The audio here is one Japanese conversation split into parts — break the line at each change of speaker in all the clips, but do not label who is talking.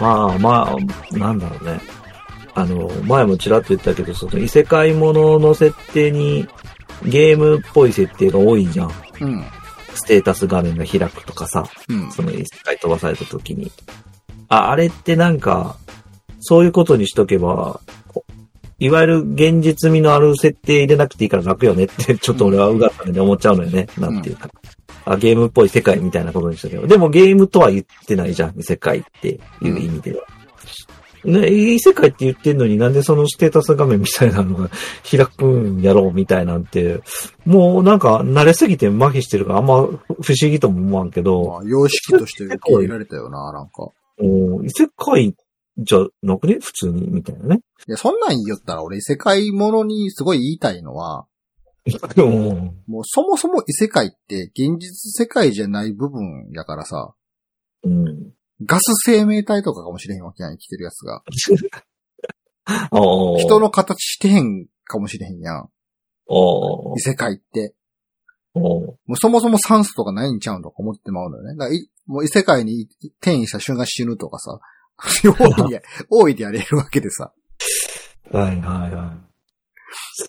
まあまあ、なんだろうね。あの、前もちらっと言ったけど、その異世界ものの設定にゲームっぽい設定が多いじゃん。
うん。
ステータス画面が開くとかさ、
うん。
その異世界飛ばされた時に。あ、あれってなんか、そういうことにしとけば、こいわゆる現実味のある設定入れなくていいから楽よねって、 ちょっと俺はうがったんで思っちゃうのよね。なんていうか。あ、ゲームっぽい世界みたいなことにしたけど。でもゲームとは言ってないじゃん、異世界っていう意味では。ね、異世界って言ってんのになんでそのステータス画面みたいなのが 開くんやろうみたいなんて、もうなんか慣れすぎて麻痺してるからあんま不思議とも思わんけど。
まあ、様式として受け入れられたよな、 なんか。
おー異世界じゃなくね普通に、みたいなね。
いや、そんなん言いよったら俺異世界ものにすごい言いたいのは、
おー
もうそもそも異世界って現実世界じゃない部分やからさ、
うん。
ガス生命体とかかもしれへんわけやん、生きてるやつが。
おー
人。の形してへんかもしれへんやん。
おー
異世界って。
おー
もうそもそも酸素とかないんちゃうんとか思ってまうのよね。だからいもう異世界に転移した瞬間死ぬとか さ、大いに、大いでやれるわけでさ。
はいはいはい。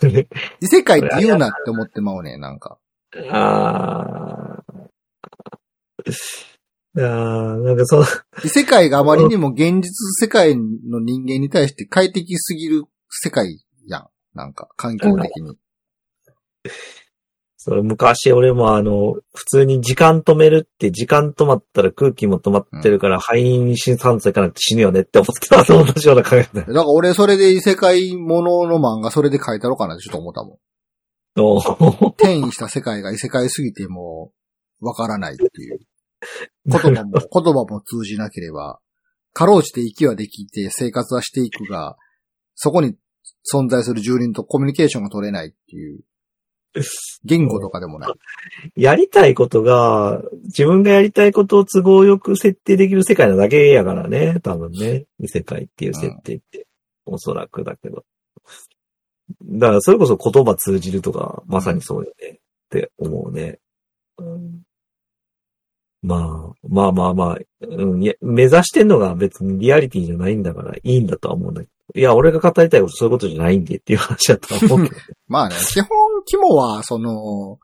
それ、
異世界って言うなって思ってまうねん、なんか。
あー。あー、なんかその、
異世界があまりにも現実世界の人間に対して快適すぎる世界やん。なんか、環境的に。
それ昔俺もあの、普通に時間止めるって、時間止まったら空気も止まってるから、肺に酸素いかなくて死ぬよねって思ってたのと同じような考えだよ
だから俺それで異世界ものの漫画それで書いたろかなってちょっと思ったもん。
お ー
転移した世界が異世界すぎてもう、わからないっていう。言葉も、言葉も通じなければ、かろうじて息はできて生活はしていくが、そこに存在する住人とコミュニケーションが取れないっていう、言語とかでもない。
やりたいことが、自分がやりたいことを都合よく設定できる世界なだけやからね、多分ね。異世界っていう設定って、おそらくだけど。だから、それこそ言葉通じるとか、まさにそうよね、って思うね。まあ、まあまあまあ、うん、いや目指してんのが別にリアリティじゃないんだから、いいんだとは思うんだけど。いや、俺が語りたいことそういうことじゃないんでっていう話だとは思うけど。
まあね、基本肝は、その、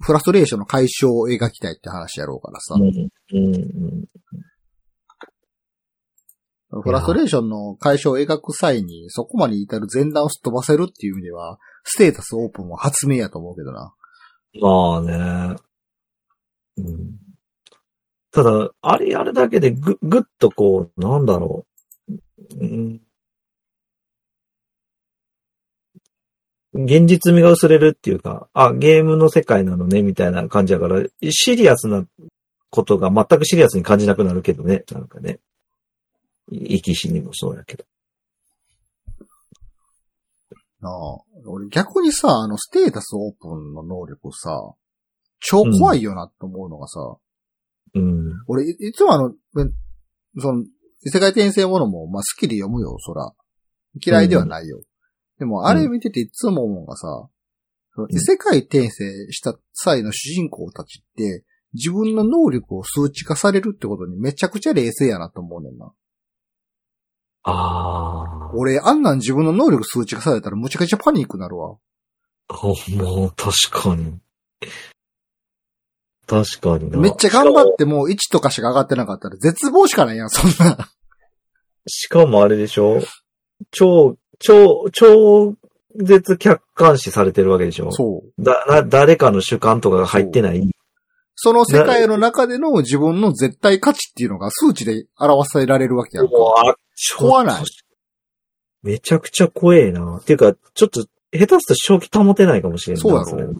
フラストレーションの解消を描きたいって話やろうからさ。
うん、うん、うん。
フラストレーションの解消を描く際に、そこまで至る前段をすっ飛ばせるっていう意味では、ステータスオープンは発明やと思うけどな。
まあね。うん、ただ、あれあれだけでぐ、ぐっとこう、なんだろう。うん、現実味が薄れるっていうか、あ、ゲームの世界なのね、みたいな感じだから、シリアスなことが全くシリアスに感じなくなるけどね、なんかね。い生き死にもそうやけど。
なあ俺逆にさ、あの、ステータスオープンの能力さ、超怖いよなって思うのがさ、
うん。
俺い、いつもあの、えその、異世界転生ものも、まあ、好きで読むよ、そら。嫌いではないよ。でも、あれ見てていつも思うのがさ、その異世界転生した際の主人公たちって、自分の能力を数値化されるってことにめちゃくちゃ冷静やなと思うねんな。
ああ。
俺、あんなん自分の能力数値化されたらむちゃくちゃパニックになるわ。
ほもう、確かに。確かにな。
めっちゃ頑張ってもう1とかしか上がってなかったら絶望しかないやん、そんな。
しかもしかもあれでしょ超、超、超絶客観視されてるわけでしょ
そう。
だ、な、誰かの主観とかが入ってない。
その世界の中での自分の絶対価値っていうのが数値で表されられるわけやんか。
うわちょっと
怖ない
めちゃくちゃ怖えな。っていうか、ちょっと、下手すと正気保てないかもしれんない。
そうやろ
れ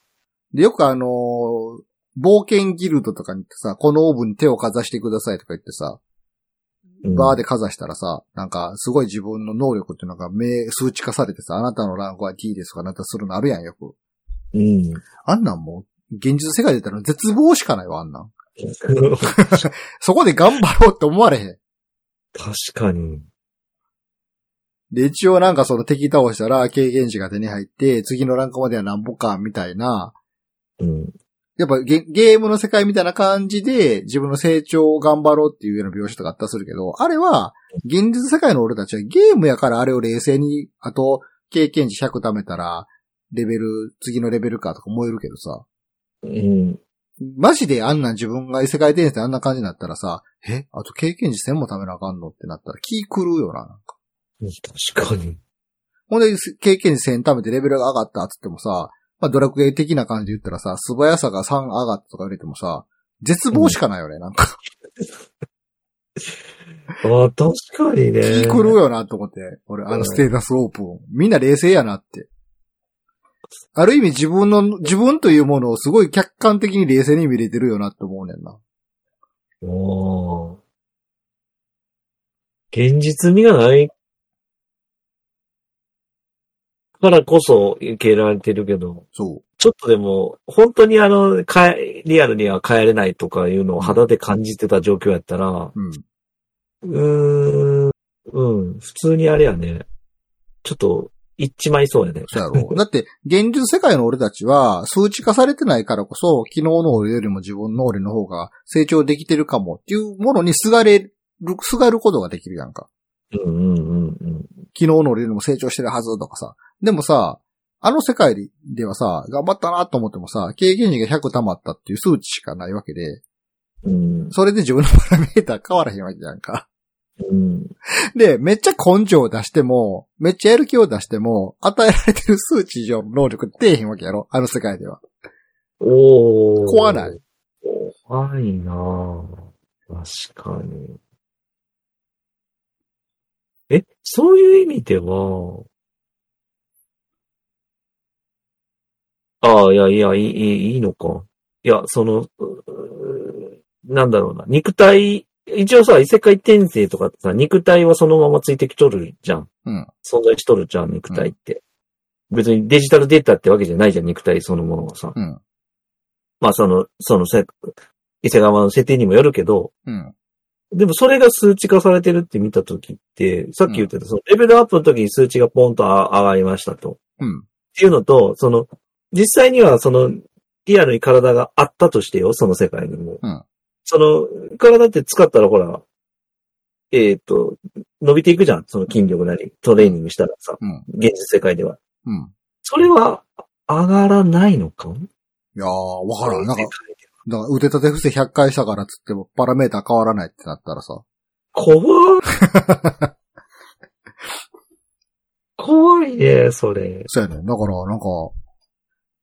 で、よくあのー冒険ギルドとかに行ってさ、このオーブンに手をかざしてくださいとか言ってさ、
うん
バーでかざしたらさ、なんかすごい自分の能力っていうのが目、数値化されてさ、あなたのランクは D ですとかなんかするのあるやん、よく。
うん。
あんなんもう、現実世界で言ったら絶望しかないわ、あんなん。
確
そこで頑張ろうって思われへん。
かに。
で、一応なんかその敵倒したら経験値が手に入って、次のランクまではなんぼか、みたいな、
うん。
やっぱゲゲームの世界みたいな感じで自分の成長を頑張ろうっていうような描写とかあったりするけど、あれは現実世界の俺たちはゲームやからあれを冷静に、あと、経験値100貯めたら、レベル、次のレベルかとか思えるけどさ、
うん。
マジであんなん自分が異世界転生あんな感じになったらさ、えあと経験値1000も貯めなあかんのってなったら気狂うよな。
確かに。
ほんで、経験値1000貯めてレベルが上がったっつってもさ、まあドラクエ的な感じで言ったらさ、素早さが3上がったとか言われてもさ、絶望しかないよね、なんか。
ああ、確かにね。
気狂うよなと思って、俺、あ
う
の
ん
ステータスオープン。みんな冷静やなって。ある意味自分の、自分というものをすごい客観的に冷静に見れてるよなって思うねんな。
ああ。現実味がないからこそ受け入れられてるけど、
そ
ちょっとでも、本当にあの、かえリアルには帰れないとかいうのを肌で感じてた状況やったら、
う。うん。
うーん、うん、普通にあれやね。ちょっと、いっちまいそうやね。
そうや ろ。だって、現実世界の俺たちは数値化されてないからこそ、昨日の俺よりも自分の俺の方が成長できてるかもっていうものにすがれる、すがることができるやんか。
うんうんうんうん。
昨日の俺よりも成長してるはずとかさ。でもさ、あの世界ではさ、頑張ったなと思ってもさ、経験値が100溜まったっていう数値しかないわけで、
うん、
それで自分のパラメーター変わらへんわけやんか。
うん、
で、めっちゃ根性を出しても、めっちゃやる気を出しても、与えられてる数値以上の能力出えへんわけやろあの世界では。
おー
怖ない。
怖いなぁ確かに。え、そういう意味では、ああ、いや、いや、いいいい、いいのか。いや、その、うーなんだろうな。肉体、一応さ、異世界転生とかってさ、肉体はそのままついてきとるじゃん。
うん
存在しとるじゃん、肉体って。別にデジタルデータってわけじゃないじゃん、肉体そのものはさ。
うん。
まあその、そのせ、伊勢川の設定にもよるけど、
うん。
でもそれが数値化されてるって見たときって、さっき言ってた、そのレベルアップの時に数値がポンとあ上がりましたと。っ
うん。
ていうのと、その、実際にはその、リアルに体があったとしてよ、その世界にも。
うん
その、体って使ったらほら、えっ、と、伸びていくじゃん、その筋力なり、トレーニングしたらさ、
うん
現実世界では。
うん。
それは上がらないのか
いやー、わからん。なんか
世界、で
だから腕立て伏せ100回したからっつっても、パラメーター変わらないってなったらさ。
怖い。怖いね、それ。
そうやね。だから、なんか、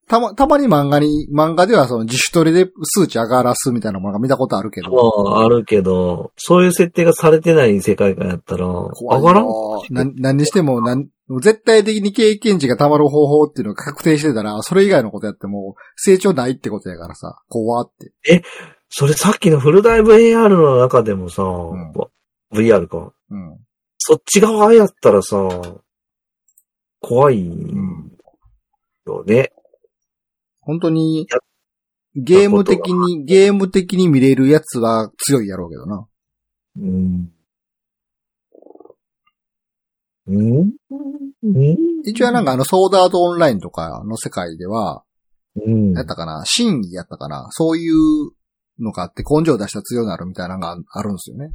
たま、たまに漫画に、漫画ではその自主トレで数値上がらすみたいなものが見たことあるけど。
まあ、あるけど、そういう設定がされてない世界観やったら、
怖い
上
よ
がらん
な、何にしても、なん、絶対的に経験値が溜まる方法っていうのが確定してたら、それ以外のことやっても、成長ないってことやからさ、怖って。
それさっきのフルダイブ AR の中でもさ、
ん
VR か。
うん。
そっち側やったらさ、怖い
ん
よね。
本当に、ゲーム的に、ゲーム的に見れるやつは強いやろうけどな。
うん。うんうん
一応なんかあの、ソードアートオンラインとかの世界では、
うん。
やったかな、真意やったかな、そういうのがあって根性出したら強くなるみたいなのがあるんですよね。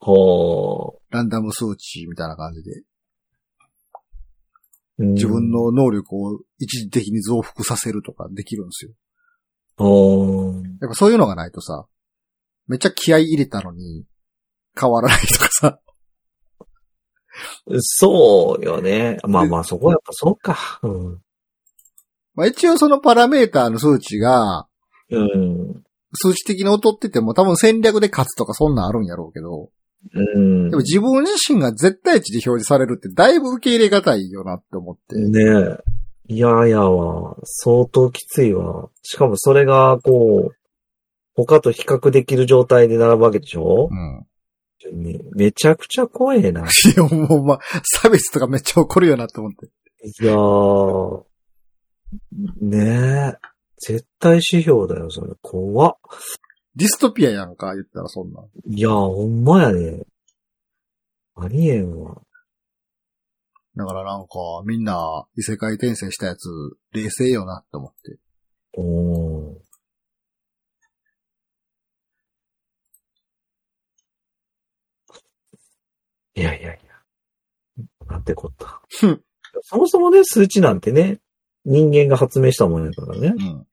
はあ。
ランダム数値みたいな感じで。
うん
自分の能力を一時的に増幅させるとかできるんですよ。
あー
やっぱそういうのがないとさ、めっちゃ気合い入れたのに、変わらないとかさ。
そうよね。まあ
で
まあ、そこはやっぱそうか。うん。
まあ一応そのパラメーターの数値が、
うん。
数値的に劣ってても多分戦略で勝つとかそんなんあるんやろうけど、
うん
でも。自分自身が絶対値で表示されるってだいぶ受け入れがたいよなって思って。
ねえ。いやいやは、相当きついわ。しかもそれが、こう、他と比較できる状態で並ぶわけでしょ
うん。
ねめちゃくちゃ怖えな。
いや、もうまあ、差別とかめっちゃ怒るよなって思って。
いやー。ねえ。絶対指標だよ、それ。怖っ。
ディストピアやんか、言ったらそんなん。
いやー、ほんまやね。ありえんわ。
だからなんか、みんな異世界転生したやつ、冷静よなって思って。
おー。いやいやいや。なんてこった
ふん。
そもそもね、数値なんてね、人間が発明したものやからね。
うん。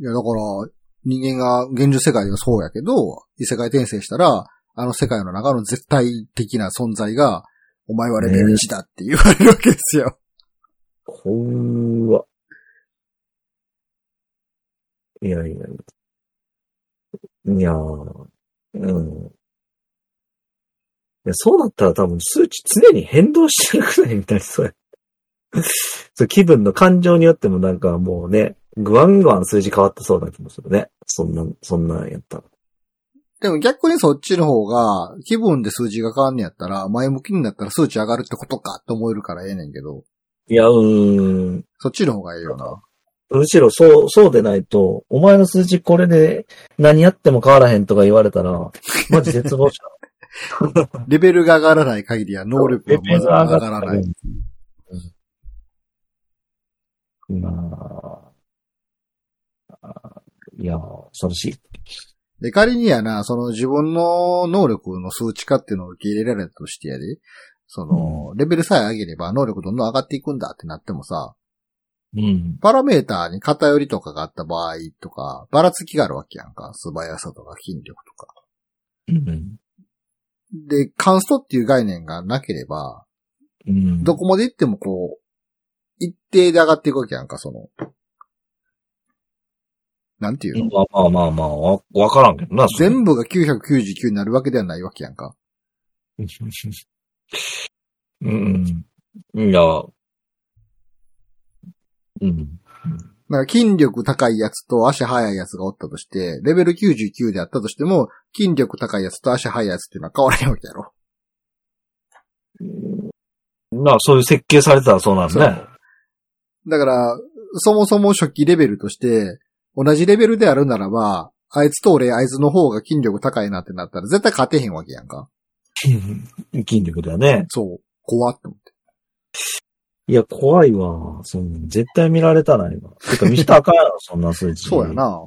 いや、だから、人間が現実世界ではそうやけど、異世界転生したら、あの世界の中の絶対的な存在が、お前はレベル1だって言われるわけですよ。
こうわ。いやいや。いやーうん。いや、そうなったら多分数値常に変動してるくらいになりそうや。 そう気分の感情によってもなんかもうね、ぐわんぐわん数字変わってそうな気もするね。そんな、そんなんやったら。
でも逆にそっちの方が、気分で数字が変わんねやったら、前向きになったら数値上がるってことかと思えるからええねんけど、
いや、うーん。
そっちの方がええよな。
むしろそう、そうでないと、お前の数値これで何やっても変わらへんとか言われたら、マジ絶望しか
レベルが上がらない限りは能力がまず上がらない。。
うんまあ、あいや、恐ろしい。
で、仮にやな、その自分の能力の数値化っていうのを受け入れられたとしてやで、その、レベルさえ上げれば能力どんどん上がっていくんだってなってもさ、
うん。
パラメーターに偏りとかがあった場合とか、ばらつきがあるわけやんか。素早さとか筋力とか。
うん。
で、カンストっていう概念がなければ、
うん。
どこまで行ってもこう、一定で上がっていくわけやんか、その、なんていうの、
まあまあまあまあ、わわからんけどな。それ
全部が999になるわけではないわけやんか。
うん。いや、うん。
なんか筋力高いやつと足速いやつがおったとして、レベル99であったとしても、筋力高いやつと足速いやつっていうのは変わらないわけやろ。
なあ、そういう設計されてたらそうなんですね。
だから、そもそも初期レベルとして、同じレベルであるならば、あいつと俺、あいつの方が筋力高いなってなったら絶対勝てへんわけやんか。
筋力だね。
そう。怖って思って。
いや、怖いわ。そんな絶対見られたら今。てか見したらあかんやろ、そんな数字。
そうや。な。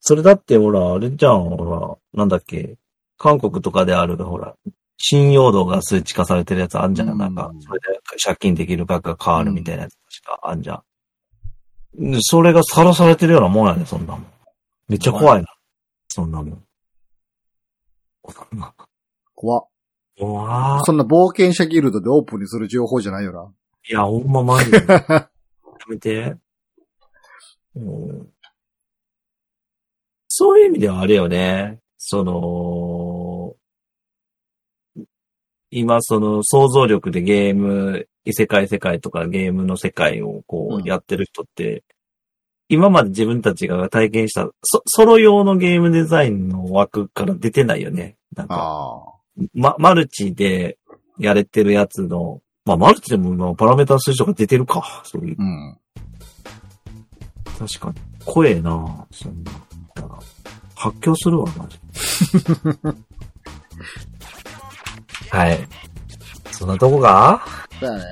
それだって、ほら、あれじゃん、ほら、なんだっけ、韓国とかである、ほら、信用度が数値化されてるやつあんじゃん。
うん
なんか、それで借金できる額が変わるみたいなやつしかあんじゃん。でそれがさらされてるようなもんやね、そんなもん。めっちゃ怖いな。そんなもん。
怖っ
怖ー
そんな冒険者ギルドでオープンにする情報じゃないよな。
いや、ほんまマジ で。やめて。うんそういう意味ではあれよね。その、今その想像力でゲーム、異世界世界とかゲームの世界をこ
うん
うやってる人って、今まで自分たちが体験したそソロ用のゲームデザインの枠から出てないよね。なんか
ああ。
ま、マルチでやれてるやつの、まあ、マルチでもまあパラメータ数字とか出てるか。そういう。
うん。
確かに。怖えなそんな。だから発狂するわ、 マジで。はい。そんなとこか
だよね。